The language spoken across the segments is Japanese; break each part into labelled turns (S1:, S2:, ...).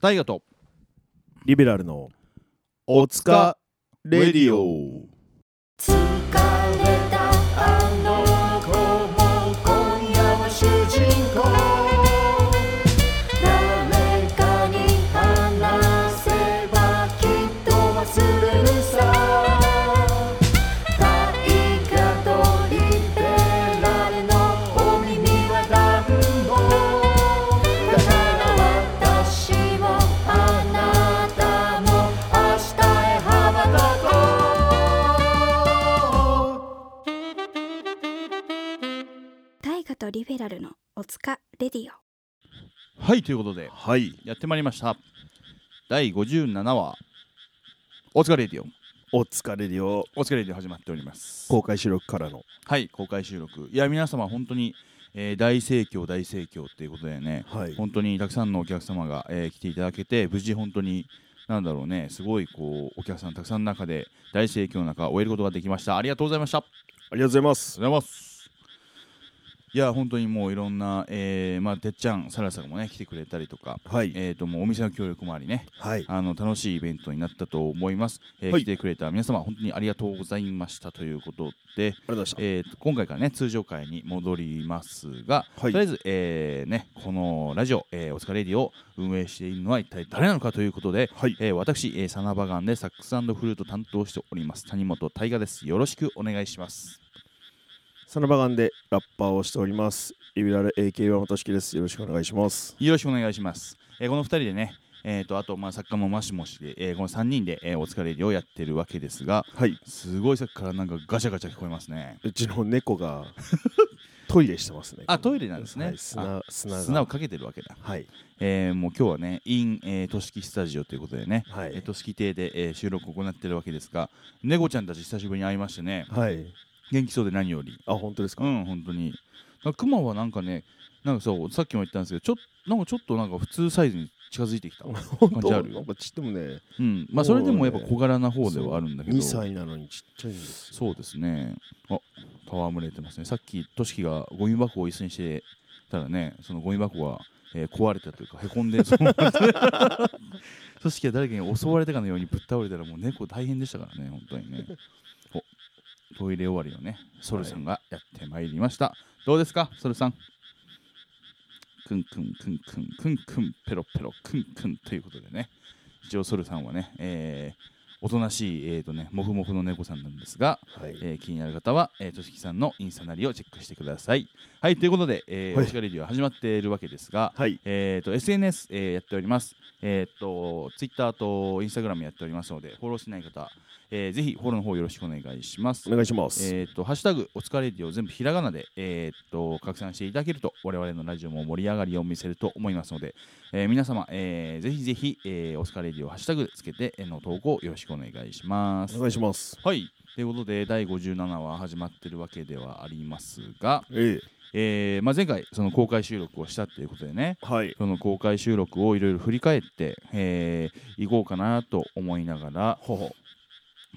S1: 大河と
S2: リベラルのおつかレディオ
S3: 疲れたあの子も今夜は主人公誰かに話せばきっと忘れるさ大河とリベラルのお耳は暖房だから私もあなたも明日へ羽ばたこう
S4: 大河とリベラルのおつかレディオ
S1: はいということで
S2: はい
S1: やってまいりました第57話お疲れレディオ
S2: おつかレディオ
S1: お疲れレディオ始まっております
S2: 公開収録からの
S1: はい公開収録いや皆様本当に、えー大盛況大盛況っていうことでね
S2: はい
S1: 本当にたくさんのお客様が、えー来ていただけて無事本当になんだろうねすごいこうお客さんたくさんの中で大盛況の中終えることができましたありがとうございました
S2: ありがとうございます
S1: ありがとうございます。いや本当にもういろんな、えーまあ、てっちゃん、さらさんもね来てくれたりとか、
S2: はい
S1: えー、ともうお店の協力もありね
S2: はい
S1: あの楽しいイベントになったと思います、えー
S2: はい
S1: 来てくれた皆様本当にありがとうございましたということで、
S2: ありがとうございました
S1: えー、と今回からね通常会に戻りますが、
S2: はい
S1: とりあえず、えーね、このラジオ、えー、おつかレディを運営しているのは一体誰なのかということで、
S2: はい
S1: えー私、えーサナバガンでサックスフルート担当しております谷本大我ですよろしくお願いします
S2: サナバガンでラッパーをしておりますリベラル AK 岩本樹ですよろしくお願いします
S1: よろしくお願いします。えーこの2人でね、えー、とあとまあ作家もマシモシで、えーこの3人で、えーお疲れ料をやってるわけですが、
S2: はい
S1: すごいさっきからなんかガチャガチャ聞こえますね。
S2: うちの猫が トイレしてますね
S1: あ、トイレなんですね。
S2: はい砂
S1: あ
S2: 砂が
S1: 砂をかけてるわけだ。
S2: はい
S1: えーもう今日はね、in えー都市記スタジオということでね、
S2: は
S1: えー
S2: い
S1: 都市記邸で、えー収録を行ってるわけですが、猫ちゃんたち久しぶりに会いましてね、
S2: はい
S1: 元気そうで何より。
S2: あ本当ですか
S1: うん、本当に。なんかクマはなんかね、なんかそうさっきも言ったんですけど、ちょっなんかちょっとなんか普通サイズに近づいてきた。
S2: 本
S1: 感じあ
S2: 当
S1: る
S2: なんかちっともね
S1: うん、まあそれでもやっぱ小柄な方ではあるんだけど
S2: 2歳なのにちっちゃいんですよ
S1: そうですねあ戯れてますねさっきとしきがゴミ箱を椅子にしてたらねそのゴミ箱が、えー壊れたというかへこんで そうなんですねとしきが誰かに襲われたかのようにぶっ倒れたらもう猫大変でしたからね本当にねおトイレ終わりをねソルさんがやってまいりました、どうですかソルさんくんくんくんくんくんくんペロペロくんくんということでね一応ソルさんはね、えーおとなしい、えーとね、もふもふの猫さんなんですが、
S2: はい
S1: えー気になる方は、えー、としきさんのインスタなりをチェックしてください。はい、ということで、えー
S2: はい
S1: おしかレディオ始まっているわけですが、
S2: はい
S1: えー、と SNS、えーやっております。えー、と Twitter と Instagram やっておりますので、フォローしてない方、えーぜひフォローの方よろしくお願いします
S2: お。願いします
S1: えー、とハッシュタグおつかレディオ全部ひらがなで、えー、と拡散していただけると我々のラジオも盛り上がりを見せると思いますので、えー皆様、えーぜひぜひ、えーおつかレディオハッシュタグつけてえーの投稿よろしくお願いします
S2: お。願いします
S1: はい。ということで、第57話始まってるわけではありますが、
S2: ええ
S1: えーまあ、前回、その公開収録をしたっていうことでね、
S2: はい
S1: その公開収録をいろいろ振り返って、えー、いこうかなと思いながら、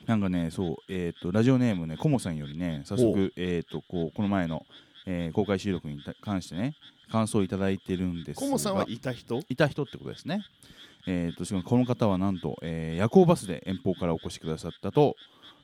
S1: なんかね、そう、えっ、と、ラジオネームね、コモさんよりね、早
S2: お
S1: 速、えっ、と、こう、この前の、えー公開収録にた関してね、感想をいただいてるんですが。
S2: コモさんはいた人
S1: いた人ってことですね。えー、としかもこの方はなんと、えー夜行バスで遠方からお越しくださったと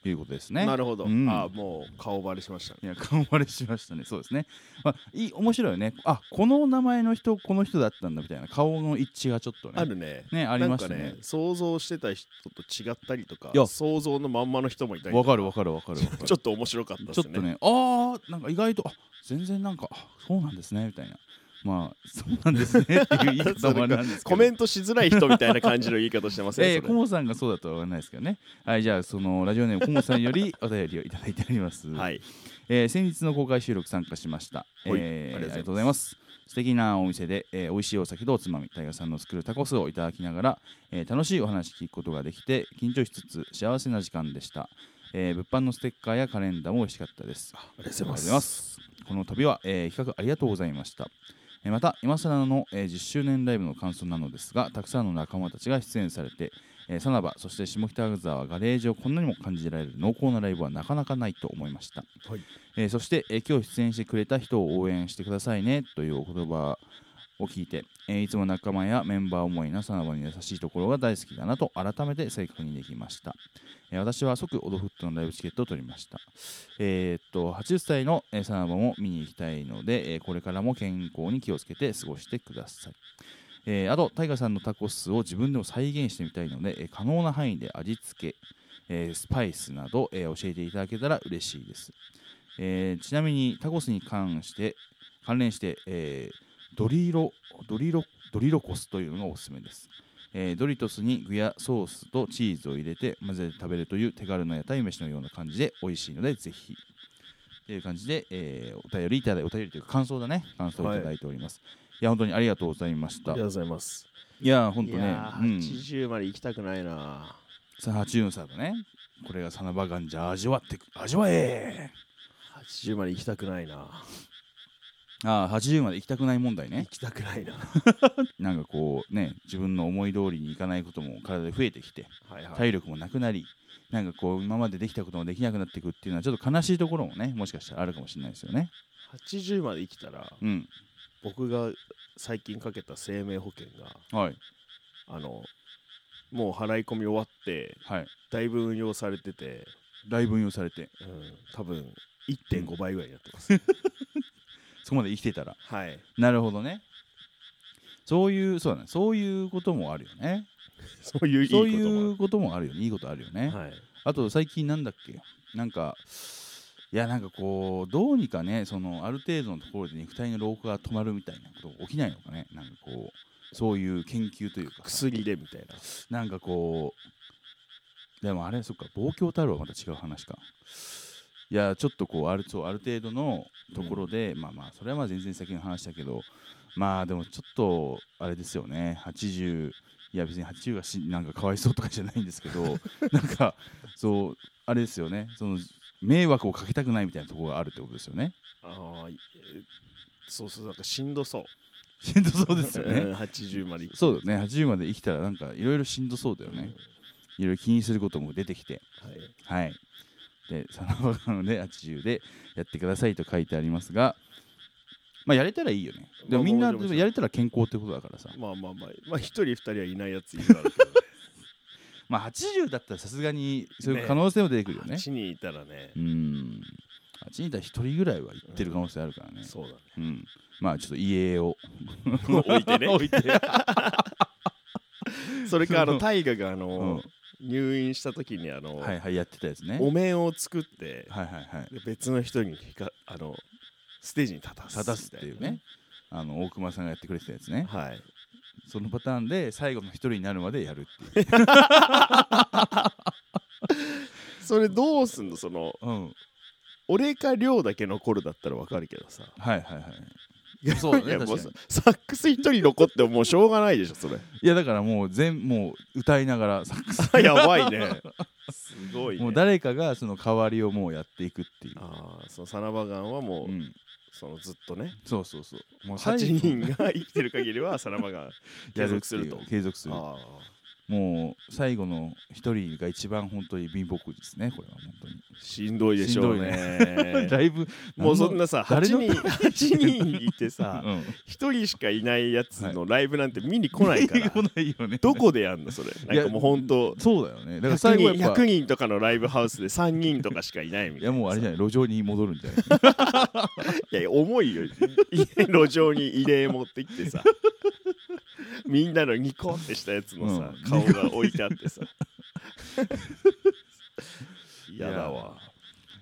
S1: いうことですね。
S2: なるほど、
S1: うん
S2: あもう顔バレしましたね
S1: いや顔バレしましたね、そうですね。まあ、いい面白いよね、あこの名前の人、この人だったんだみたいな顔の一致がちょっとね、
S2: あるね
S1: ねありましたね
S2: なんか想像してた人と違ったりとか
S1: いや
S2: 想像のまんまの人もいたり
S1: わ
S2: と
S1: かるわかるわかるわかる
S2: かちょっと面白かったです
S1: ちょ
S2: ね
S1: っと ね、ああ、なんか意外と、あ全然なんか、あそうなんですねみたいな、まあ、そうなんです ねっていう言い方もあれなんですけど、
S2: コメントしづらい人みたいな感じの言い方してません、
S1: えー、
S2: そ
S1: コ
S2: れ
S1: モさんがそうだとは言わないですけどね。はい、じゃあ、そのラジオネーム、コモさんよりお便りをいただいております。
S2: はい
S1: えー先日の公開収録参加しました、
S2: はい
S1: えー
S2: あ
S1: あ
S2: り
S1: り
S2: が
S1: が
S2: と
S1: とうご
S2: うござ
S1: ざい
S2: いま
S1: ます素敵なお店で、えー美味しいお酒とおつまみ大河さんの作るタコスをいただきながら、えー楽しいお話聞くことができて緊張しつつ幸せな時間でした、えー物販のステッカーやカレンダーも美味しかったですあ
S2: りがとうございます
S1: この旅は、えー企画ありがとうございましたえーまた今更の、えー10周年ライブの感想なのですがたくさんの仲間たちが出演されて、えーさなばそして下北沢ガレージをこんなにも感じられる濃厚なライブはなかなかないと思いました、
S2: はい
S1: えーそして、えー今日出演してくれた人を応援してくださいねというお言葉を聞いて、えーいつも仲間やメンバー思いなさなばに優しいところが大好きだなと改めて再確認できました、えー私は即オドフットのライブチケットを取りましたえーっと80歳のえーサナバも見に行きたいので、えーこれからも健康に気をつけて過ごしてくださいえーあと、タイガさんのタコスを自分でも再現してみたいので、えー可能な範囲で味付け、えースパイスなど、えー教えていただけたら嬉しいです、えーちなみにタコスに関して関連して、えードリロドリロドリロコスというのがおすすめです、えードリトスに具やソースとチーズを入れて混ぜて食べるという手軽な屋台飯のような感じで美味しいのでぜひという感じで、えーお便りいただいお便りというか感想だね感想をいただいております、い、や本当にありがとうございまし
S2: あ
S1: た
S2: りがとうございます。
S1: いやー、ほん
S2: い
S1: とね、
S2: やー
S1: うん、
S2: 80まで行きたくないな。
S1: さあ80の差だね。これがサナバガンじゃ味わってく、味わえ
S2: 80まで行きたくないな。
S1: ああ、80まで行きたくない問題ね
S2: 行。きたくないな。
S1: なんかこうね、自分の思い通りにいかないことも体で増えてきて、
S2: はいはい。
S1: 体力もなくなり、なんかこう、今までできたこともできなくなっていくっていうのは、ちょっと悲しいところもね、もしかしたらあるかもしれないですよね。
S2: 80まで生きたら、
S1: うん。
S2: 僕が最近かけた生命保険が、
S1: はい。
S2: あの、もう払い込み終わって、
S1: はい。
S2: だいぶ運用されてて、
S1: だいぶ運用されて、
S2: うん、多分1.5倍ぐらいになってます。
S1: そこまで生きてたら。
S2: はい。
S1: なるほどね。そういう、そうだね。そういうこともあるよね。
S2: そういういいこ
S1: そ
S2: と
S1: う
S2: も
S1: いうこともあるよね。いいことあるよね。
S2: ある。はい。
S1: あと最近なんだっけなんかいやなんかこうどうにかねそのある程度のところで肉体の老化が止まるみたいなことが起きないのかねなんかこうそういう研究というかさ
S2: 薬でみたいな。
S1: なんかこうでもあれそっか望郷太郎はまた違う話かいやちょっとこうあるそうある程度のところで、まあまあそれはまあ全然先の話だけどまあでもちょっとあれですよね80いや別に80がしなんかかわいそうとかじゃないんですけど なんかそうあれですよねその迷惑をかけたくないみたいなところがあるってことですよね
S2: ああ、いえそうそう、なんかしんどそう。
S1: しんど そうですよね
S2: ん80まで生き
S1: そうだよね80まで生きたらなんかいろいろしんどそうだよねいろいろ気にすることも出てきて
S2: はい。
S1: はい。で、サナバガので80でやってくださいと書いてありますが、まあ、やれたらいいよね。でもみん
S2: まあ
S1: な、
S2: もちろん
S1: でもやれたら健康ってことだからさ。
S2: まあまあまあ、まあ一人二人はいないやついるだろう けどね、
S1: まあ、80だったらさすがにそうい
S2: ね
S1: う可能性も出てくるよね。
S2: 8人いたらね
S1: う、ん。8人いたら1人ぐらいは行ってる可能性あるからね。
S2: そうだね。
S1: うん。まあ、ちょっと家を。
S2: 置いてね。
S1: 置いて。
S2: それか、あの、大河があ
S1: う
S2: の
S1: ん、、
S2: 入院した時にあの、
S1: はいはい、やってたやつね。
S2: お面を作って、
S1: はいはいはい。
S2: で別の人にかあのステージに立たす。
S1: 立たすっていうね。。あの大熊さんがやってくれてたやつね。
S2: はい。
S1: そのパターンで最後の一人になるまでやるっていう。
S2: それどうすんのその、
S1: うん。
S2: 俺か亮だけ残るだったらわかるけどさ。
S1: はいはいはい。そうだ
S2: いや
S1: ね、確
S2: もう
S1: か
S2: さ
S1: に
S2: サックス一人残ってももうしょうがないでし ょ、それ。
S1: いやだからもう全もう歌いながらサックス
S2: あやば いね。すごいね。
S1: もう誰かがその代わりをもうやっていくっていう、
S2: ああ、そのサナバガンはもう、
S1: うん、
S2: そのずっとね、
S1: そうそうそうもう
S2: 8
S1: 最後
S2: 人が生きてる限りはサナバガン
S1: やる
S2: 継続
S1: って
S2: す
S1: い
S2: る
S1: う
S2: と。
S1: 継続する
S2: あ
S1: もう最後の一人が一番本当に貧乏くじですねこれは本
S2: あ、しんどいでしょう
S1: 当
S2: ね
S1: に。だいぶ
S2: もうそんなさ、8
S1: 誰の
S2: 人、八人いて
S1: 何
S2: さ、
S1: のうん
S2: 1人しかいないやつのライブなんて見に来ないから、
S1: 来ない よね
S2: どこでやんの、それ。なんかもう本当
S1: そうだよねだから
S2: 100
S1: 最後
S2: 人、
S1: やっぱ
S2: 100人とかのライブハウスで3人とかしかいないみ
S1: い
S2: たいな。
S1: やもうあれじゃない路上に戻るんじゃない
S2: いやいや重いよ 路上に慰霊持ってきて さみんなのニコってしたやつのさ、
S1: うん
S2: 顔が置いてあって さ嫌だわ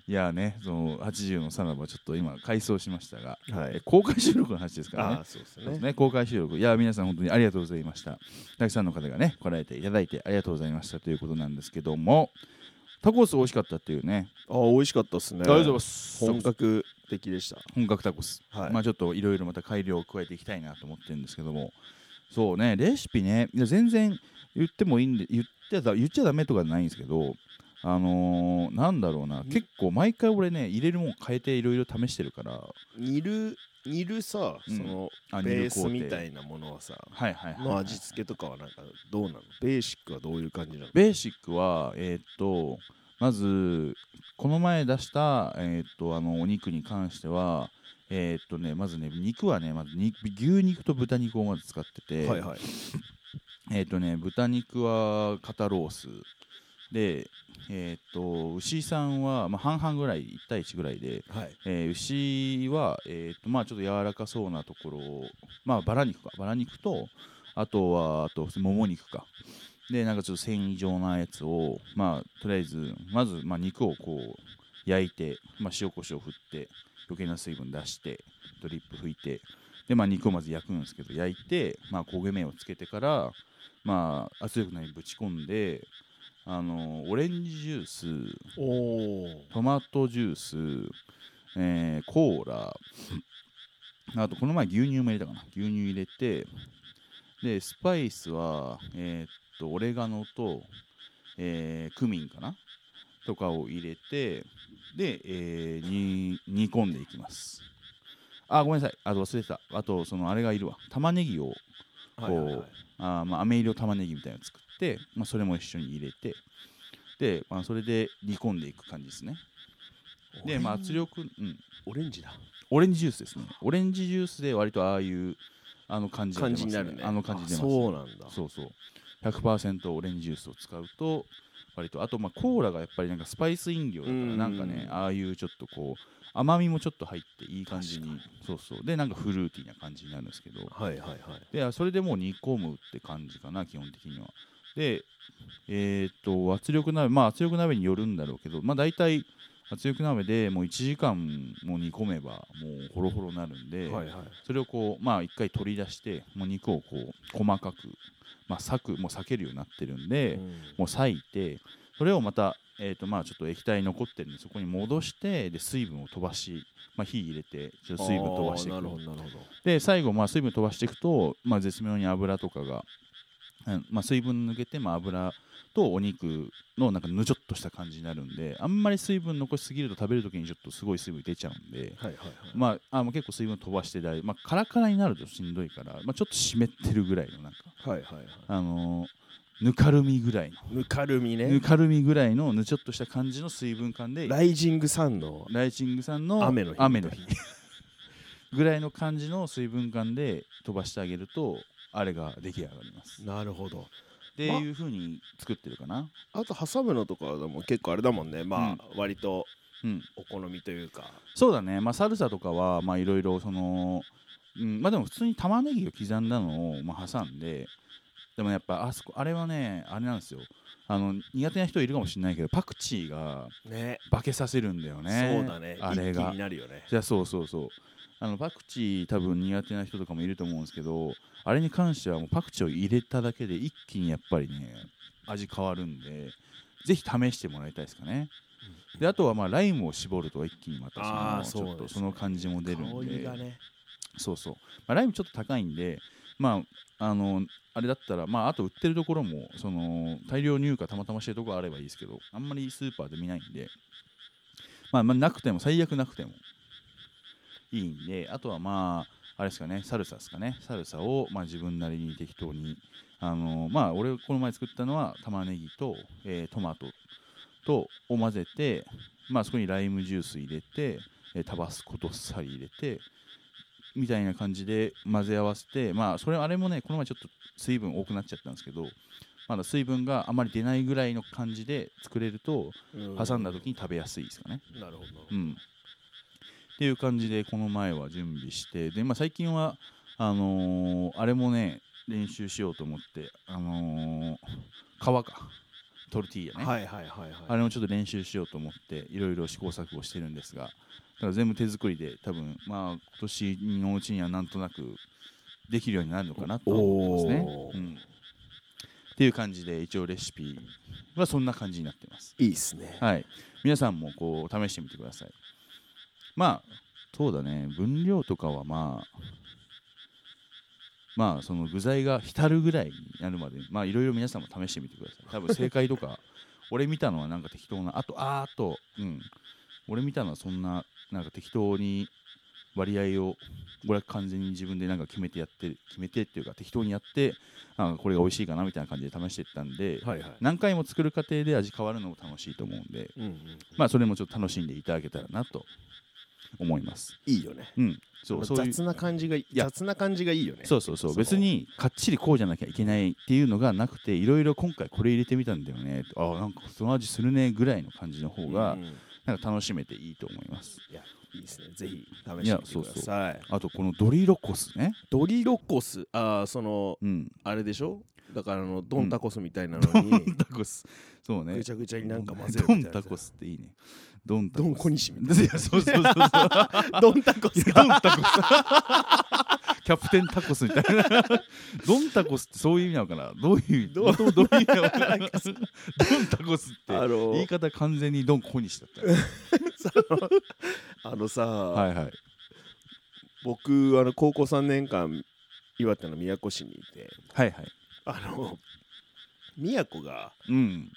S1: いやねその80のさらばちょっと今回想しましたが、
S2: は
S1: え公開収録の話ですからね
S2: ああそうです
S1: そうです
S2: ね
S1: ね、公開収録。いや、皆さん本当にありがとうございました。たくさんの方がね、来られていただいてありがとうございましたということなんですけども、タコス美味しかったっていうね。
S2: ああ美味しかったですね
S1: ありがとうございます。
S2: 本格的でした
S1: 本格タコス。
S2: はい、
S1: まあちょっといろいろまた改良を加えていきたいなと思ってるんですけども、そうね、レシピね、いや全然言ってもいいんで、言ってた言っちゃダメとかじゃないんですけど、あのーなんだろうな、結構毎回俺ね、入れるもん変えていろいろ試してるから、
S2: 煮る煮るさ、
S1: うん
S2: その
S1: あ
S2: ベースみ
S1: い
S2: たいなものはさ
S1: はいはいはい、はい。
S2: の味付けとかはなんかどうなのベーシックはどういう感じなの
S1: ベーシックは、えーっと、まず、この前出した、えーっと、あの、お肉に関しては、えーっとねまずね肉はねまずに牛肉と豚肉をまず使ってて、
S2: はいはい
S1: えーっとね豚肉は肩ロースでえーっと牛さんは、まあ、半々ぐらい1対1ぐらいで、
S2: はい
S1: えー牛は、えーっとまあ、ちょっと柔らかそうなところを、まあ、バラ肉かバラ肉とあとはあともも肉かでなんかちょっと繊維状なやつを、まあ、とりあえずまず、まあ、肉をこう焼いて、まあ、塩コショウ振って余計な水分出してドリップ拭いてで、まあ、肉をまず焼くんですけど焼いて、まあ、焦げ目をつけてから、まあ、圧力鍋にぶち込んであのオレンジジュース
S2: おお
S1: トマトジュース、えーコーラ、あとこの前牛乳も入れたかな。牛乳入れて、で、スパイスは、えーっと、オレガノと、えークミンかなとかを入れて、で、えーに煮込んでいきます。あ、ごめんなさい。あと忘れてた。あと、そのあれがいるわ。玉ねぎを
S2: はいはいはい
S1: あーまあ、飴色玉ねぎみたいなの作って、まあ、それも一緒に入れてで、まあ、それで煮込んでいく感じですねで、まあ、圧力、うん、
S2: オレンジだ
S1: オレンジジュースですねオレンジジュースで割とああいうあの感じが出
S2: 感
S1: ます
S2: じになるね
S1: あの感じ出ます
S2: あそうなんだ
S1: そうそう100%オレンジジュースを使うと割とあとまあコーラがやっぱりなんかスパイス飲料だから
S2: うん
S1: なんかねああいうちょっとこう甘みもちょっと入っていい感じにそうそうでなんかフルーティーな感じになるんですけど
S2: はいはいはい
S1: であそれでもう煮込むって感じかな基本的にはでえーっと圧力鍋まあ圧力鍋によるんだろうけどまあ大体圧力鍋でもう1時間も煮込めばもうホロホロになるんで、
S2: はいはい
S1: それをこうまあ一回取り出してもう肉をこう細かくまあ裂くもう裂けるようになってるんで、もう裂いてそれをまたえーとまあちょっと液体残ってるんでそこに戻してで水分を飛ばし、まあ、火入れてちょっと水分飛ばしてい
S2: あー
S1: く
S2: なるほどなるほど
S1: で最後、まあ、水分飛ばしていくと、まあ、絶妙に油とかが、うんまあ、水分抜けて、まあ、油とお肉のなんかぬちょっとした感じになるんであんまり水分残しすぎると食べるときにちょっとすごい水分出ちゃうんで、
S2: はいはいはい
S1: まあ、あもう結構水分飛ばしてだい、まあ、カラカラになるとしんどいから、まあ、ちょっと湿ってるぐらいのなんか、
S2: はいはいはい
S1: あのーぬかるみぐらいの
S2: ぬかるみね
S1: ぬかるみぐらいのぬちょっとした感じの水分感で
S2: ライジングサンの
S1: ライチングさんの
S2: 雨の日
S1: 日ぐらいの感じの水分感で飛ばしてあげるとあれが出来上がりますっ
S2: なるほど
S1: ていうふうに作ってるかな、
S2: あと挟むのとかでも結構あれだもんねまあ割と
S1: うん、
S2: お好みというか
S1: そうだねまあサルサとかはまあいろいろその、うん、まあでも普通に玉ねぎを刻んだのをまあ挟んででもやっぱあそこあれはねあれなんですよあの苦手な人いるかもしれないけどパクチーが
S2: ね
S1: 化けさせるんだよね
S2: そうだね
S1: あれ
S2: 一気
S1: が
S2: になるよね
S1: じゃあそうそうそうあのパクチー多分苦手な人とかもいると思うんですけどあれに関してはもうパクチーを入れただけで一気にやっぱりね味変わるんでぜひ試してもらいたいですかねであとはまあライムを絞ると一気にまた
S2: あー
S1: そのちょ
S2: そう
S1: っ
S2: で
S1: と
S2: すね
S1: その感じも出るん
S2: 香り
S1: で
S2: がね
S1: そうそう、まあ、ライムちょっと高いんでまああのあれだったらまああと売ってるところもその大量入荷たまたましてるところあればいいですけどあんまりスーパーで見ないんでまあ、まあなくても最悪なくてもいいんであとはまああれですかねサルサですかねサルサをまあ自分なりに適当にあのまあ俺この前作ったのは玉ねぎと、えートマトとを混ぜてまあそこにライムジュース入れて、えータバスコどっさり入れてみたいな感じで混ぜ合わせてまあそれあれもねこの前ちょっと水分多くなっちゃったんですけどまだ水分があまり出ないぐらいの感じで作れると挟んだ時に食べやすいですかね
S2: なるほど
S1: うん、っていう感じでこの前は準備してで、まあ、最近はあのーあれもね練習しようと思って、あのー皮かトルティーヤね、
S2: はいはいはい
S1: あ
S2: はい
S1: れもちょっと練習しようと思っていろいろ試行錯誤してるんですがだから全部手作りで多分まあ今年のうちにはなんとなくできるようになるのかなとは思ってますね
S2: お。ー
S1: うんっていう感じで一応レシピはそんな感じになってます。
S2: いいっすね
S1: はい、皆さんもこう試してみてください。まあ、そうだね、分量とかはまあ、まあ、その具材が浸るぐらいになるまで、まあ、いろいろ皆さんも試してみてください。多分正解とか、俺見たのはなんか適当な、あと、あーあと、うん、俺見たのはそんな、なんか適当に割合を、俺は完全に自分でなんか決めてやって、決めてっていうか、適当にやって、あこれが美味しいかなみたいな感じで試していったんで、
S2: はいはい
S1: 何回も作る過程で味変わるのも楽しいと思うんで、
S2: うんうん
S1: まあ、それもちょっと楽しんでいただけたらなと思います。
S2: いいよね
S1: うん、そうそういう
S2: 雑な感じが
S1: や
S2: 雑な感じがいいよね
S1: そうそうそう
S2: その
S1: 別にかっちりこうじゃなきゃいけないっていうのがなくていろいろ今回これ入れてみたんだよねあなんかその味するねぐらいの感じの方が
S2: んい
S1: なんか楽しめていいと思います
S2: やいいですねぜ
S1: い
S2: ひ試して
S1: や
S2: みて
S1: そうそう
S2: ください
S1: あとこのドリロコスね
S2: ドリロコスああその
S1: うん
S2: あれでしょだからあのドンタコスみたいなのに、
S1: タコスそうね
S2: ぐちゃぐちゃになんか混ぜる
S1: ド
S2: み
S1: ン
S2: たいな
S1: タ
S2: やつ
S1: コスっていいねドンタ
S2: ドン
S1: コ
S2: コ
S1: ス
S2: ニシみたい
S1: いやそうそうそうそう
S2: な ドンタコス
S1: ドンタコス キャプテンタコスみたいな ドンタコスってそういう意味なのかなどういう意味
S2: どう
S1: どうどういう意味なのかな ドンタコスって
S2: あの
S1: 言い方完全にドンコニシだったよ
S2: そのあのさ、
S1: はいはい。
S2: 僕あの高校3年間岩手の宮古市にいて
S1: はいはい。
S2: あの宮古が
S1: うん。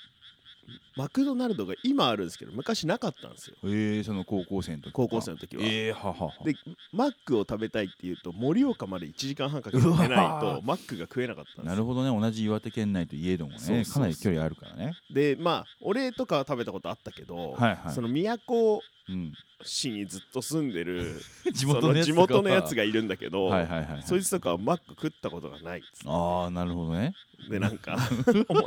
S2: マクドナルドが今あるんですけど昔なかったんですよ
S1: ええその高校生の時。
S2: 高校生の時は
S1: ええははは。
S2: でマックを食べたいっていうと盛岡まで1時間半かけて出ないう
S1: わ
S2: とマックが食えなかったんで
S1: な
S2: すよ
S1: るほどね、同じ岩手県内といえどもね、
S2: そうそうそう
S1: かなり距離あるからね。
S2: でまあ俺とかは食べたことあったけど、
S1: はいはい
S2: その宮古
S1: う ん。
S2: 市にずっと住んでる
S1: 地
S2: その地元のやつ
S1: が。
S2: がいるんだけど、
S1: はいはいはいはい。
S2: そいつとかはマック食ったことがないっつって
S1: ああ、なるほどね。
S2: でな んかお前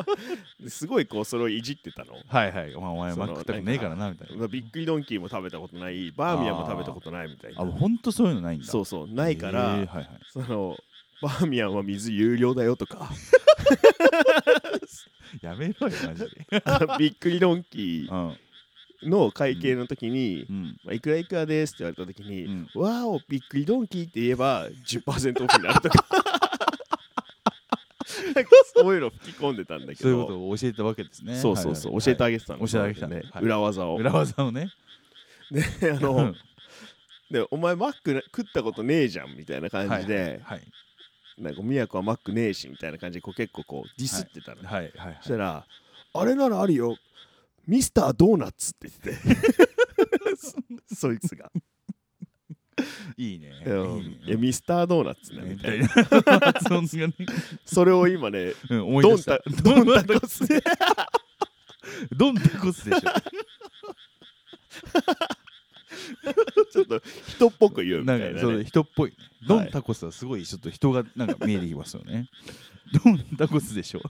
S2: ですごいこうそれをいじってたの
S1: はいはい。お前、お前、
S2: そ
S1: マ
S2: の
S1: ック食べねえからなみたいな。
S2: びっくりドンキーも食べたことないバーミヤンも食べたことないみたいな
S1: あ、もう本当そういうのないんだ。。
S2: そううそうないから、
S1: ええはいはい。
S2: そのバーミヤンは水有料だよとか
S1: やめろよ、マジで。
S2: びっくりドンキ
S1: うん。
S2: ーの会計の時に、
S1: うん。
S2: まあいくらいくらですって言われた時に
S1: うん
S2: 「わーおびっくりドンキー」って言えば10%オフになる とかなんかそういうの吹き込んでたんだけ
S1: そ
S2: ど
S1: ういうことを教えたわけですね。
S2: そうそうそう、
S1: はいはい
S2: 教えてあげてたの、
S1: はい教えてあげてたね
S2: ね
S1: はい
S2: 裏技を
S1: 裏技をね。
S2: で あ
S1: う
S2: の
S1: ん
S2: でお前マックな食ったことねえじゃんみたいな感じで、
S1: はい
S2: なんか宮古はマックねえしみたいな感じでこう結構こうディスってたの、
S1: はいはいはい
S2: そしたら「あれならあるよミスタードーナツ」って言って てそいつが
S1: いいね。
S2: 「いやいや
S1: ね
S2: ミスタードーナツね」
S1: み
S2: み
S1: た
S2: た
S1: い
S2: い
S1: な
S2: な
S1: 発音がね、
S2: それを今ね
S1: うん、思い
S2: ド
S1: 出
S2: ン
S1: した
S2: タドンタコスで
S1: ドンタコスでし
S2: ちょっと人っぽく言う
S1: ょ
S2: み
S1: な
S2: た
S1: ん
S2: いな,、
S1: かそ
S2: ね
S1: れ人っぽいねドンタコスはすごいちょっと人がなんか見えてきますよ ねドンタコスでしょ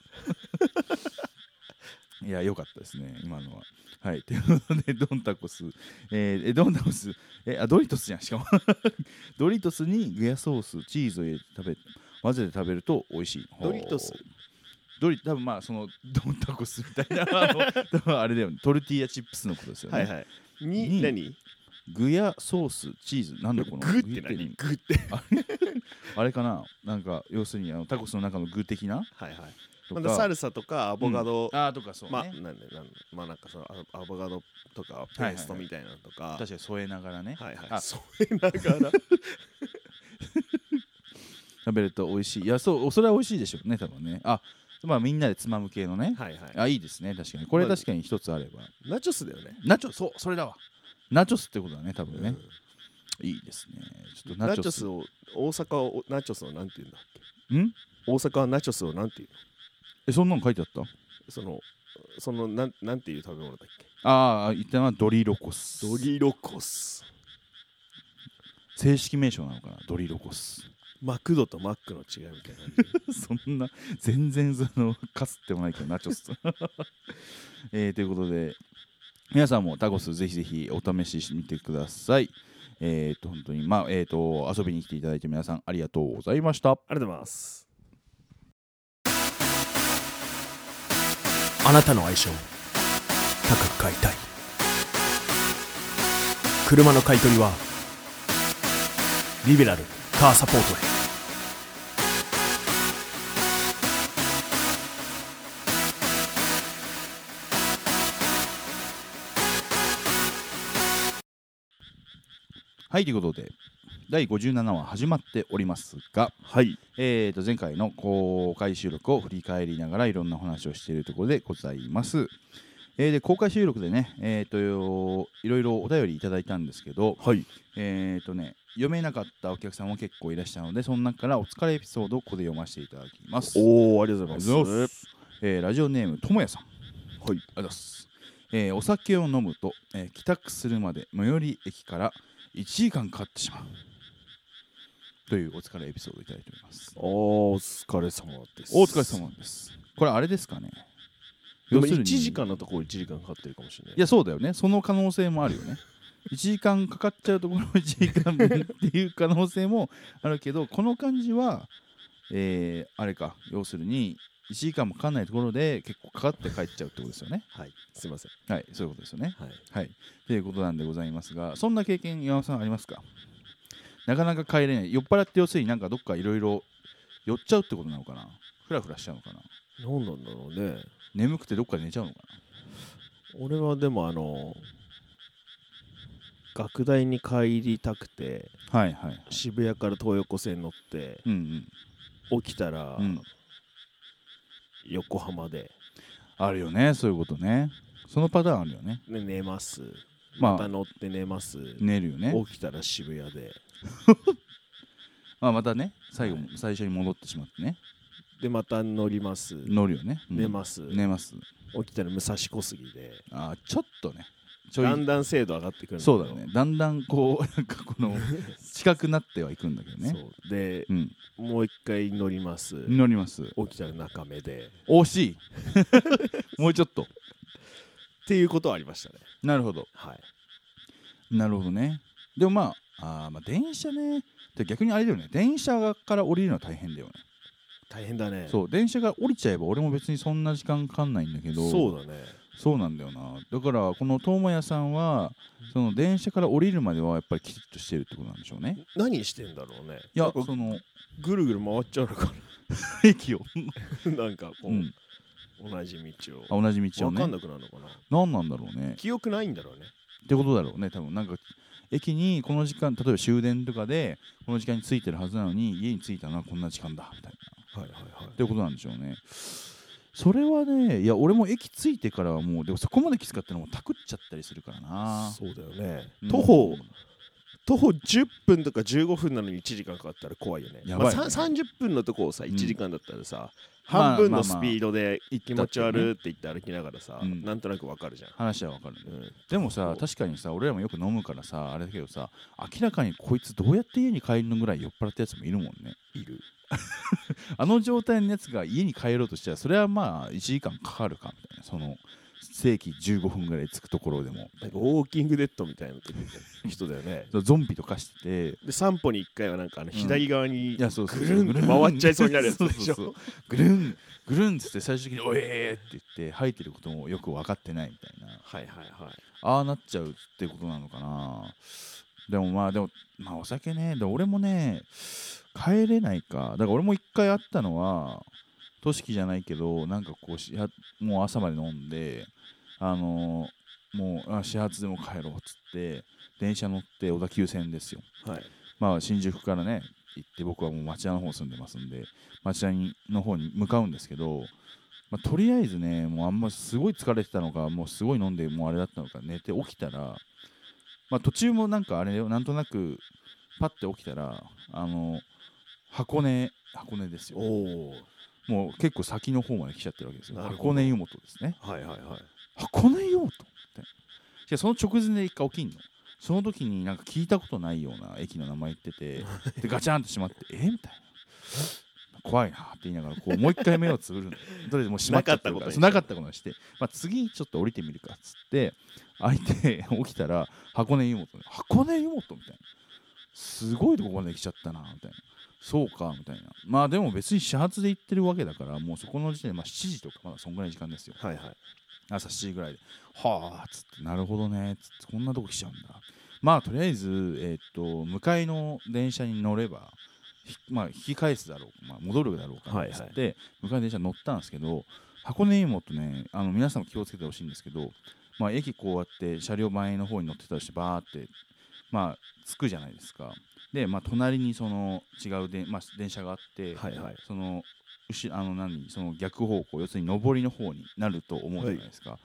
S1: いや良かったですね今のははいということでドンタコスえーえドンタコスえあドリトスじゃんしかも ドリトスにグヤソースチーズを入れて食べ混ぜて食べると美味しい
S2: ドリトス
S1: ドリ多分まあそのドンタコスみた いなあの多分あれだよねトルティーヤチップスのことですよね
S2: はいはいに
S1: に
S2: 何
S1: 具やソースチーズなんだこの
S2: グって何グって
S1: あれかななんか要するにあのタコスの中の具的な
S2: はいはい
S1: と
S2: ま
S1: か
S2: だサルサとかアボカド、
S1: あーとかそうね、
S2: まあなんでなんまあなんかそのアアボカドとかペーストみたいなのとか、はい
S1: 確かに添えながらね、
S2: はい
S1: あ
S2: それながら
S1: 食べると美味しいいやそうそれは美味しいでしょうね多分ねあまあみんなでつまむ系のね、
S2: はいはい
S1: あいいですね確かにこれ確かに一つあれば、
S2: ナチョスだよね
S1: ナチョそうそれだわナチョスってことだね多分ね、いいですねちょっとナ
S2: ナ
S1: チ
S2: チ
S1: ョ
S2: ョ
S1: ス
S2: スを大阪をナチョスをなんて言うんだっけ
S1: ん
S2: 大阪はナチョスをなんて言う
S1: えそんなの書いてあった
S2: のそのそのなんなんていう食べ物だっけ
S1: ああ言ったのはドリロコス
S2: ドリロコス
S1: 正式名称なのかなドリロコス
S2: マクドとマックの違いみたいな
S1: そんな全然そのかすってもないけどナチョス、 えーということで皆さんもタコスぜひぜひお試ししてみてくださいえっ、と本当にまあえっ、と遊びに来ていただいて皆さんありがとうございました
S2: ありがとうございます
S5: あなたの愛車を高く買いたい車の買い取りはリベラルカーサポートへ
S1: はいということで第57話始まっておりますが、
S2: はい
S1: えー、と前回の公開収録を振り返りながらいろんなお話をしているところでございます、えーで公開収録でね、えー、といろいろお便りいただいたんですけど、
S2: はい
S1: えー、とね、読めなかったお客さんも結構いらっしゃるので、その中からお疲れエピソードをここで読ませていただきます。
S2: おおありがとう
S1: あ
S2: ご
S1: り
S2: ざ
S1: がと
S2: い
S1: ご
S2: うます
S1: ざいますえーラジオネーム、ともやさん。あ
S2: はい
S1: りがとうございます。えーお酒を飲むと、えー帰宅するまで最寄り駅から、 1時間かかってしまうというお疲れエピソードをいただいております
S2: お疲れ様です
S1: お疲れ様ですこれあれですかね
S2: で
S1: 要
S2: も
S1: する
S2: 1
S1: に
S2: 時間のところ1時間かかってるかもしれない
S1: いやそうだよねその可能性もあるよね1 時間かかっちゃうところ1時間分っていう可能性もあるけどこの感じはえーあれか要するに1時間もかかんないところで結構かかって帰っちゃうってことですよね
S2: はいすいません
S1: はいそういうことですよね
S2: はい
S1: はい、ということなんでございますが、そんな経験、岩尾さんありますかなかなか帰れない、酔っ払って要するになんかどっかいろいろ酔っちゃうってことなのかな、ふらふらしちゃうのかな、
S2: 何なんだろうね
S1: 眠くてどっかで寝ちゃうのか
S2: 俺はでもあの学大に帰りたくて
S1: な。はいはい、はい。
S2: 渋谷から東横線乗って
S1: うん
S2: 起きたら、
S1: うん、うん、
S2: 横浜で、
S1: あるよね、そういうことね。そのパターンあるよね。
S2: ね、寝ます
S1: まあ
S2: また乗って寝ます、
S1: 寝るよね。
S2: 起きたら渋谷で
S1: まあ、またね、最後、最初に戻ってしまってね、
S2: でまた乗ります
S1: 乗るよね。うん
S2: 寝ます
S1: 寝ます。
S2: 起きたら武蔵小杉で
S1: あーちょっとね、ちょ
S2: だ
S1: い
S2: んだん精度上がってくるんけ
S1: そ
S2: ど
S1: うだよ ね。だんだんこう、 なんかこの、近くなってはいくんだけどね。
S2: そうで
S1: うん、
S2: もう一回乗ります
S1: 乗ります。
S2: 起きたら中目でっ
S1: 惜し いもうちょっと
S2: ていうことはありましたね
S1: なるほど
S2: はい
S1: なるほどねでもまああーまあ電車ねで逆にあれだよね電車から降りるのは大変だよね
S2: 大変だね
S1: そう電車から降りちゃえば俺も別にそんな時間かかんないんだけど
S2: そうだね
S1: そうなんだよなだからこの友也さんはその電車から降りるまではやっぱりきちっとしてるってことなんでしょうね
S2: 何してんだろうね
S1: いやその
S2: ぐるぐる回っちゃうのか
S1: 駅を、
S2: な なんかこう、
S1: うん、
S2: 同じ道を
S1: あ同じ道を
S2: 分か
S1: ね
S2: んなくなるのかな
S1: 何なんだろうね
S2: 記憶ないんだろうね
S1: ってことだろうね多分なんか駅にこの時間例えば終電とかでこの時間に着いてるはずなのに家に着いたのはこんな時間だみたいな
S2: はいはいは
S1: ってことなんでしょうねそれはねいや俺も駅着いてからはもうでもそこまできつかったのもうたくっちゃったりするからな
S2: そうだよね
S1: うん
S2: 徒歩徒歩10分とか15分なのに1時間かかったら怖いよね
S1: やばいね
S2: まあ、さん30分のとこをさ
S1: ん
S2: 1時間だったらさ、
S1: まあ
S2: 半分
S1: まあ
S2: のス
S1: まあ
S2: ピードで
S1: 行
S2: 気
S1: った
S2: 持
S1: っ
S2: ち
S1: てね
S2: 悪いって言って歩きながらさ、
S1: うん
S2: なんとなくわかるじゃん、
S1: 話はわかるね
S2: うん
S1: でもさ確かにさ俺らもよく飲むからさあれだけどさ明らかにこいつどうやって家に帰るのぐらい酔っ払ったやつもいるもんね
S2: いる
S1: あの状態のやつが家に帰ろうとしたらそれはまあ1時間かかるかみたいなその正規15分ぐらい着くところでも
S2: なんかウォーキングデッドみたいな人だよね
S1: ゾンビとかしてて
S2: で散歩に1回はなんかあの
S1: うん
S2: 左側に、
S1: いやそうそう
S2: ぐるんって回っちゃいそうになるやつでし ょ
S1: そうそうそうぐるんぐるんっつって最終的に「おえー!」って言って吐いてることもよく分かってないみたいな
S2: はいはいはい
S1: ああなっちゃうってことなのかなでもまあでもまあお酒ねで俺もね帰れないかだから俺も一回あったのは都市じゃないけどなんかこうしやもう朝まで飲んであのもうあ始発でも帰ろうっつって電車乗って小田急線ですよ
S2: はい
S1: まあ、新宿からね行って僕はもう町田の方住んでますんで町田にの方に向かうんですけど、まあ、とりあえずねもうあんますごい疲れてたのかもうすごい飲んでもうあれだったのか寝て起きたら、まあ、途中もなんかあれよなんとなくパッて起きたらあの箱根箱根ですよ
S2: おお
S1: もう結構先の方まで来ちゃってるわけですよ
S2: なるほど
S1: 箱根湯本ですね
S2: はいはいはい
S1: 箱根よと思ってじゃその直前で一回起きんのその時になんか聞いたことないような駅の名前言って てでガチャンと閉まってえみたいな怖いなって言いながらこうもう一回目をつぶるのとりあえずもう閉まっちゃってるからそう な
S2: な
S1: か
S2: か
S1: ったことにして、まあ、次ちょっと降りてみるかっつって開いて起きたら箱根湯本箱根湯本みたいなすごいとこまで来ちゃったなみたいなそうかみたいなまあでも別に始発で行ってるわけだからもうそこの時点でまあ7時とかまだそんぐらいの時間ですよ
S2: はいはい
S1: 朝7時ぐらいで「はあ」っつって「なるほどね」っつってこんなとこ来ちゃうんだまあとりあえずえーっと向かいの電車に乗ればひまあ引き返すだろう、まあ、戻るだろうか
S2: はい
S1: っ
S2: はい
S1: つって、向かいの電車に乗ったんですけど箱根湯本ねあの皆さんも気をつけてほしいんですけど、まあ、駅こうやって車両前の方に乗ってたりしてバーってまあ着くじゃないですかで、まあ、隣にその違うで、まあ、電車があって、
S2: はいはい
S1: その後あの何その逆方向要するに上りの方になると思うじゃないですか、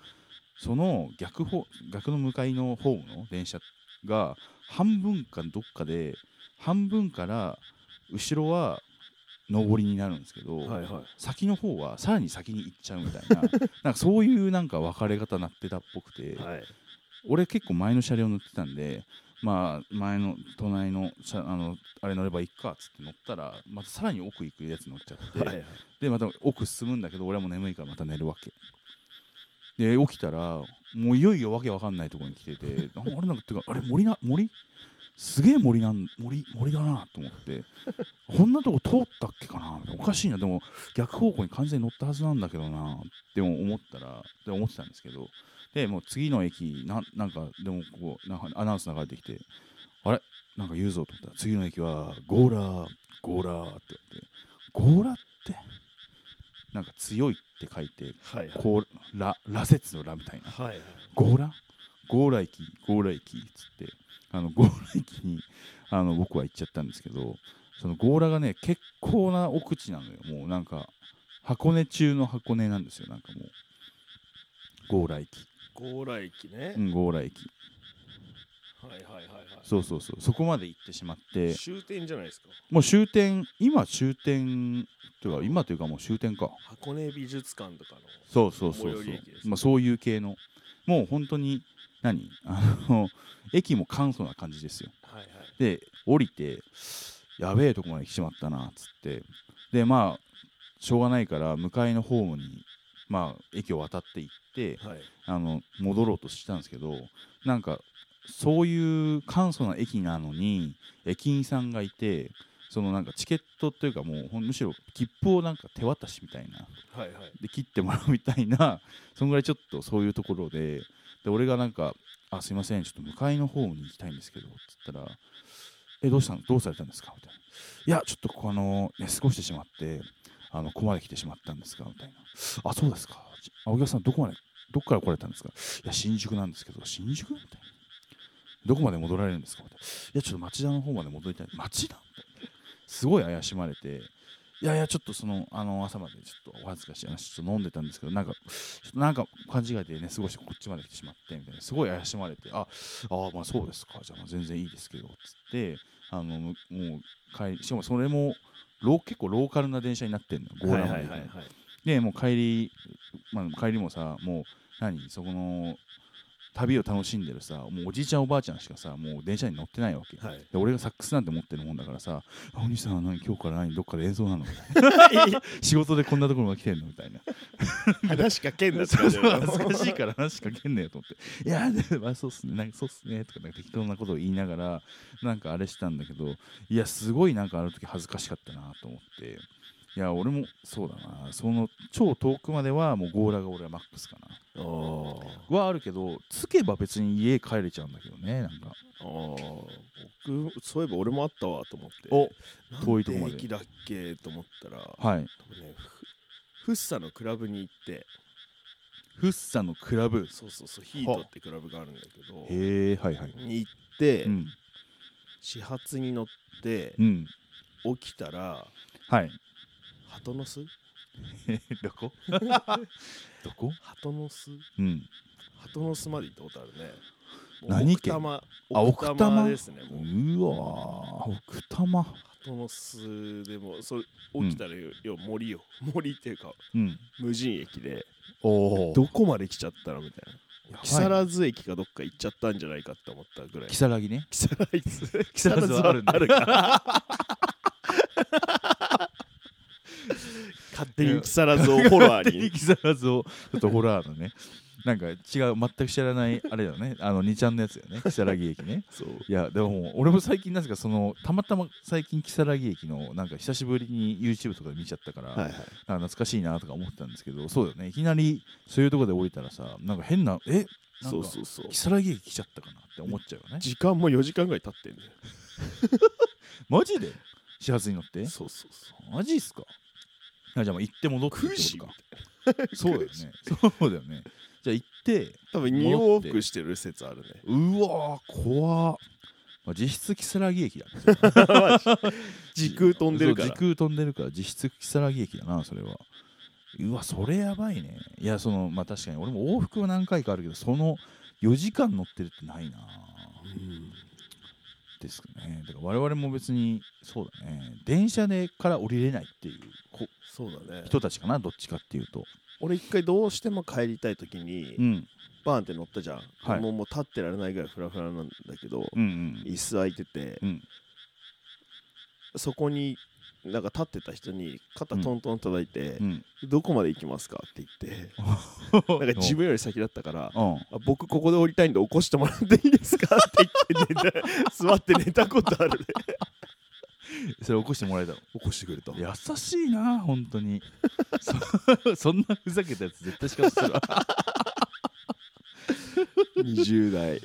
S1: その逆方逆の向かいのホームの電車が半分かどっかで半分から後ろは上りになるんですけど、
S2: はいはい
S1: 先の方はさらに先に行っちゃうみたいな なんかそういうなんか分かれ方なってたっぽくて、
S2: はい
S1: 俺結構前の車両乗ってたんでまあ前の隣の車あのあれ乗ればいいかっつって乗ったらまたさらに奥行くやつ乗っちゃって、
S2: はいはい
S1: でまた奥進むんだけど俺はもう眠いからまた寝るわけで起きたらもういよいよわけわかんないところに来ててああれなんかってかあれ森な森すげえ森なん森森だなと思ってこんなとこ通ったっけかなおかしいなでも逆方向に完全に乗ったはずなんだけどなって思ったらで思ってたんですけどでもう次の駅なんなんかでもこうなんかアナウンス流れてきてあれなんか言うぞと思ったら次の駅はゴーラーゴーラーって言ってゴーラーってなんか強いって書いて
S2: はいはい
S1: こうら羅刹の羅みたいな
S2: はいはい
S1: ゴーラゴーラ駅ゴーラ駅っつってあのゴーラ駅にあの僕は行っちゃったんですけどそのゴーラがね結構な奥地なのよもうなんか箱根中の箱根なんですよなんかもうゴーラ駅、
S2: 強羅駅ね
S1: う、ん、ゴーラ駅
S2: はいはいはいはい
S1: そうそうそうそこまで行ってしまって
S2: 終点じゃないですか
S1: もう終点今終点というか今というかもう終点か
S2: 箱根美術館とかの
S1: そうそうそう
S2: 最
S1: そ
S2: 寄
S1: う
S2: り駅です、ね
S1: まあ、そういう系のもう本当に何 あの駅も簡素な感じですよ
S2: はいはい
S1: で降りてやべえとこまで来てしまったなっつってでまあしょうがないから向かいのホームにまあ駅を渡って行って
S2: はい
S1: あの戻ろうとしたんですけどなんかそういう簡素な駅なのに駅員さんがいてそのなんかチケットというかもうほんむしろ切符をなんか手渡しみたいな
S2: はいはい
S1: で切ってもらうみたいな そんぐらいちょっとそういうところでで俺がなんか「あすいませんちょっと向かいの方に行きたいんですけど」っつったら「えどうしたのどうされたんですか?」みたいな「いやちょっとここあの寝過ごしてしまってあのここまで来てしまったんですが」みたいな「あそうですかちあお客さんどこまでどっから来られたんですか?」「いや新宿なんですけど新宿?」みたいな「どこまで戻られるんですか?」みたいな「いやちょっと町田の方まで戻りたい町田?」みたいなすごい怪しまれて。いやいや、ちょっとその、あの、朝までちょっとお恥ずかしい話、ちょっと飲んでたんですけど、なんか、ちょっとなんか勘違いでね、過ごしてこっちまで来てしまって、みたいな、すごい怪しまれて、あ、ああ、まあそうですか、じゃあまあ全然いいですけど、つって、あの、むもう、帰り、しかもそれも、ロー結構ローカルな電車になってんの、ゴーラまで行くの。で、もう帰り、まあ、帰りもさ、もう、何、そこの、旅を楽しんでるさ、もうおじいちゃんおばあちゃんしかさ、もう電車に乗ってないわけ。
S2: はい
S1: で俺がサックスなんて持ってるもんだからさ「あお兄さんは何今日から何どっかで演奏なの?」 仕事でこんなところまで来てんの?」みたいな
S2: 話しかけんだって
S1: そう
S2: 感
S1: そう
S2: じ
S1: 恥ずかしいから話しかけんねえと思って「 いやでまあそうっすねなんかそうっすね」とかなんか適当なことを言いながらなんかあれしたんだけどいやすごいなんかあの時恥ずかしかったなと思っていや俺もそうだなその超遠くまではもうゴーラが俺はマックスかな
S2: あー
S1: はあるけどつけば別に家帰れちゃうんだけどねなんか
S2: あー僕そういえば俺もあったわと思って
S1: お
S2: なん
S1: 遠いとこまで
S2: 駅だっけと思ったら、
S1: はい
S2: 多分ねふフッサのクラブに行って
S1: フッサのクラブ
S2: そうそうそうヒートってクラブがあるんだけど
S1: へえはいはい
S2: に行って、
S1: うん
S2: 始発に乗って
S1: うん
S2: 起きたら
S1: はい。
S2: 鳩の巣
S1: どこ どこ
S2: 鳩の巣
S1: うん。
S2: 鳩の巣まで行ったことあるね
S1: 何
S2: 奥多摩
S1: あ
S2: 奥多
S1: 奥多
S2: 摩
S1: 摩
S2: ですねもう
S1: うわー、奥多摩。
S2: 鳩の巣でもそれ起きたらよ、よ森よ森っていうか
S1: うん。
S2: 無人駅で
S1: お
S2: どこまで来ちゃったのみたい
S1: やば
S2: ない木更津駅かどっか行っちゃったんじゃないかって思ったぐらい
S1: 木更木ね。
S2: 木更津木
S1: 更津はあるんだ
S2: 更津はか 勝手に木更津をフォロワーに
S1: 木更津を、ちょっとホラーのね。なんか違う、全く知らない、あれだよね。あの、2ちゃんのやつだよね。木更木駅ね。
S2: そう
S1: いや、でも、俺も最近、なぜか、その、たまたま最近、木更木駅の、なんか、久しぶりに YouTube とかで見ちゃったから、
S2: はいはい
S1: なんか懐かしいなとか思ってたんですけど、そうだよね。いきなり、そういうとこで降りたらさ、なんか変な、えなんか
S2: そうそうそう
S1: 木更木駅来ちゃったかなって思っちゃうよね。
S2: 時間も4時間ぐらい経ってんだよ
S1: マジで始発に乗って
S2: そうそうそう
S1: マジっすかあじゃあまあ行って戻って
S2: 9時
S1: ってことかそうだよねそうだよねじゃあ行って
S2: 多分2往復してる説あるね
S1: うわー怖っ、まあ、実質木更木駅だね
S2: 時空飛んでるから
S1: そう時空飛んでるから実質木更木駅だなそれはうわそれやばいねいやそのまあ確かに俺も往復は何回かあるけどその4時間乗ってるってないな
S2: うん
S1: ですねだから我々も別にそうだね電車でから降りれないっていうこ
S2: そうだね
S1: 人たちかなどっちかっていうと
S2: 俺一回どうしても帰りたい時に
S1: うん
S2: バーンって乗ったじゃん、
S1: はい
S2: もうもう立ってられないぐらいフラフラなんだけど、
S1: うんうん
S2: 椅子空いてて、
S1: うん
S2: そこになんか立ってた人に肩トントン叩いて、
S1: うん
S2: どこまで行きますかって言 ってなんか自分より先だったから
S1: うん
S2: あ僕ここで降りたいんで起こしてもらっていいですかって言って 寝た座って寝たことあるね
S1: それ起こしてもらえたの
S2: 起こしてくれた
S1: 優しいな本当 にそ そんなふざけたやつ絶対しかする わ
S2: 20代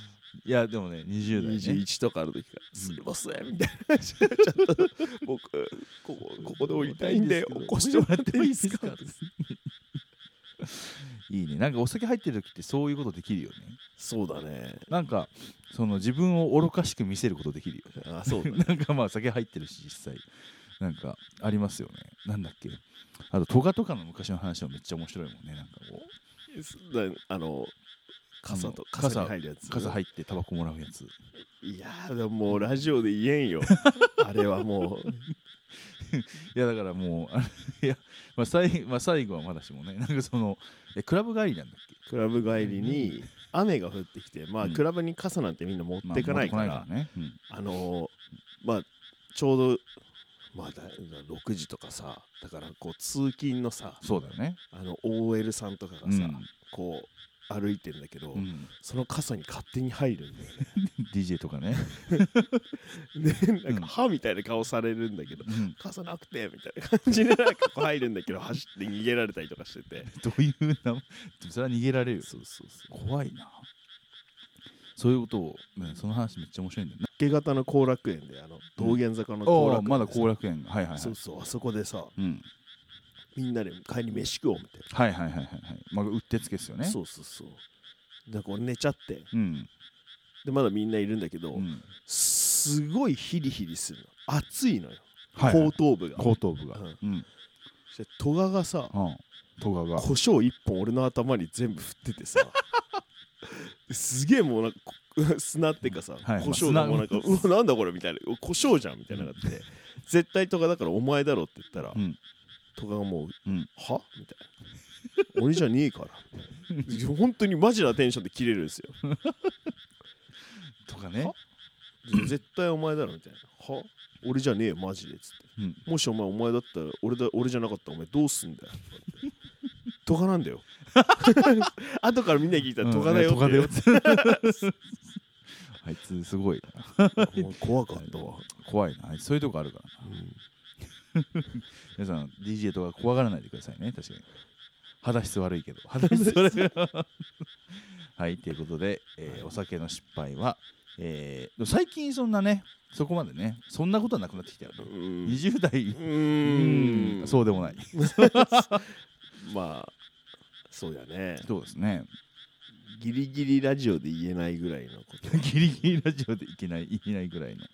S1: いやでもね20代ね
S2: 21とかある時から「すいません」みたいな感じでちょっと僕ここここで降りたいんで起こしてもらってもいいですか
S1: いいねなんかお酒入ってる時ってそういうことできるよね
S2: そうだね
S1: なんかその自分を愚かしく見せることできるよね
S2: あそうだね
S1: なんかまあ酒入ってるし実際なんかありますよねなんだっけあとトガとかの昔の話はめっちゃ面白いもんねなんかこう
S2: だあの傘と
S1: あの
S2: 傘に入るやつ
S1: 傘入ってタバコもらうやつ
S2: いやーでももうラジオで言えんよ あれはもう
S1: いやだからもうあれいや、まあ、最まあ最後はまだしもねなんかそのえクラブ帰りなんだっけ
S2: クラブ帰りに雨が降ってきてまあ
S1: うん
S2: クラブに傘なんてみんな持ってかないから、
S1: まあ持ってこね、うん
S2: あのーまあちょうどまあだ6時とかさだからこう通勤のさ
S1: そうだよね
S2: あの OL さんとかがさ、
S1: うん
S2: こう歩いてんだけど、
S1: うん
S2: その傘に勝手に入るんだよ
S1: DJ とかね、
S2: ね。でな
S1: う
S2: ん
S1: ん
S2: か歯みたいな顔されるんだけど、
S1: うん
S2: 傘なくてみたいな感じでなんかこう入るんだ けど走って逃げられたりとかしてて。
S1: どういうなでもそれは逃げられるよ
S2: そうそうそう。
S1: 怖いなそういうことを、ね、その話めっちゃ面白いんだよね
S2: 明け方の後楽園であの道玄坂の後
S1: ああ
S2: 楽園で
S1: まだ
S2: さ
S1: 後楽園がはいはいはい
S2: そうそうあそこでさ
S1: うん、
S2: みんなで帰り飯食おうみたいな。
S1: はいはいはいはいはいまあうってつけですよね
S2: そうそうそう。でこう寝ちゃって
S1: うん、
S2: でまだみんないるんだけど、
S1: うん
S2: すごいヒリヒリするの暑いのよ、
S1: はいはい
S2: 後頭部が
S1: 後頭部が
S2: うん
S1: うん、うん、
S2: そして戸賀がさ
S1: 戸川が
S2: 胡椒一本俺の頭に全部振って てさすげえもうなんかこ砂っていうかさ、
S1: はい
S2: 胡椒がもうなんか「
S1: まあ
S2: うわなんだこれ」みたいな「胡椒じゃん」みたいなのがあって絶対戸賀だからお前だろって言ったら、
S1: うん
S2: 戸賀がもう
S1: うん
S2: 「は?」みたいな「俺じゃねえ から」いや本当にマジなテンションで切れるんですよ
S1: とかね
S2: は絶対お前だろみたいな「は俺じゃねえよマジで」っつって。
S1: うん
S2: もしお前お前だったら俺だ俺じゃなかったらお前どうすんだよ。とかなんだよ。 後からみんなに聞いたらとかだよ
S1: うん
S2: っていう。
S1: トカだよって あいつすごい
S2: もう怖かったわ。
S1: 怖いなあいつそういうとこあるからな皆さん DJ とか怖がらないでくださいね確かに肌質悪いけど肌質悪い はいということで、えーお酒の失敗は、えーでも最近そんなねそこまでねそんなことはなくなってきたよね
S2: う、ん。う
S1: 20代
S2: ーん。
S1: そうでもない
S2: まあそうやね。
S1: そうですね
S2: ギリギリラジオで言えないぐらいのこと。
S1: ギリギリラジオでいけないいけないぐらいの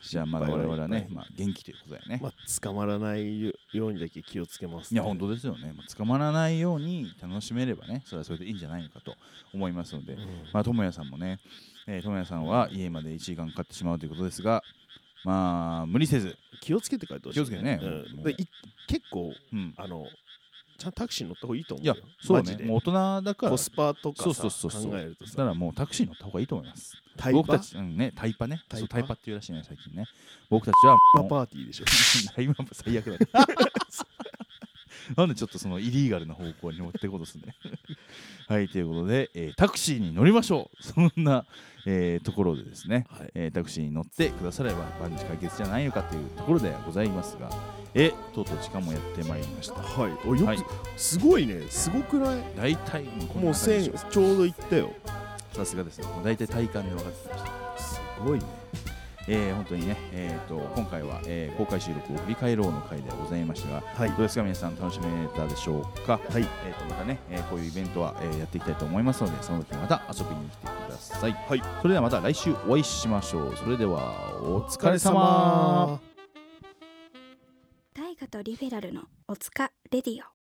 S1: じゃあまだ
S2: 失敗
S1: 我
S2: は
S1: 々はね
S2: いっ、ぱい
S1: まあ、元気ということだよね、
S2: まあ捕まらないようにだけ気をつけます、
S1: いや本当ですよね、まあ、捕まらないように楽しめればねそれはそれでいいんじゃないのかと思いますので、まあ、智也さんもね、えー、智也さんは家まで1時間かかってしまうということですがまあ無理せず、
S2: 気をつけて帰ってほしい、
S1: 気をつけてね
S2: うん、でい結構
S1: うん、
S2: あのちゃんとタクシー乗った方がいいと思う
S1: い
S2: よ。
S1: やそう
S2: マジ
S1: ね
S2: で
S1: もう大人だから
S2: コスパとかさ
S1: そうそうそうそう
S2: 考えると
S1: だ
S2: さ
S1: からもうタクシー乗った方がいいと思います
S2: タイ
S1: 僕
S2: パ
S1: たち、うんね、タイパね
S2: タイパ
S1: そうタイパっていうらしいね最近ね僕たちは
S2: タイパ
S1: もう
S2: パーティーでしょ
S1: タイマーも最悪だ、ね、なんでちょっとそのイリーガルな方向に持っていこうとするね はいということで、えータクシーに乗りましょう そんな、えーところでですね、
S2: はい
S1: えータクシーに乗ってくだされば万事解決じゃないのかというところではございますがえとうとう時間もやってまいりました
S2: はいおよく、
S1: はい
S2: すごいねすごくない
S1: 大体もうこん
S2: も
S1: な感
S2: う
S1: じ
S2: 千
S1: でし
S2: ちょうどいったよ
S1: ょさすがですねもう大体体感で分かってきました
S2: すごいね
S1: えー本当にね、えー、と今回は、えー公開収録を振り返ろうの回ではございましたが、
S2: はい
S1: どうですか皆さん楽しめたでしょうか、
S2: はい
S1: えー、とまたね、えーこういうイベントは、えーやっていきたいと思いますのでその時また遊びに来てください、
S2: はい
S1: それではまた来週お会いしましょうそれではお
S2: お
S1: 疲れ様
S4: 大河とリベラルのおつかレディオ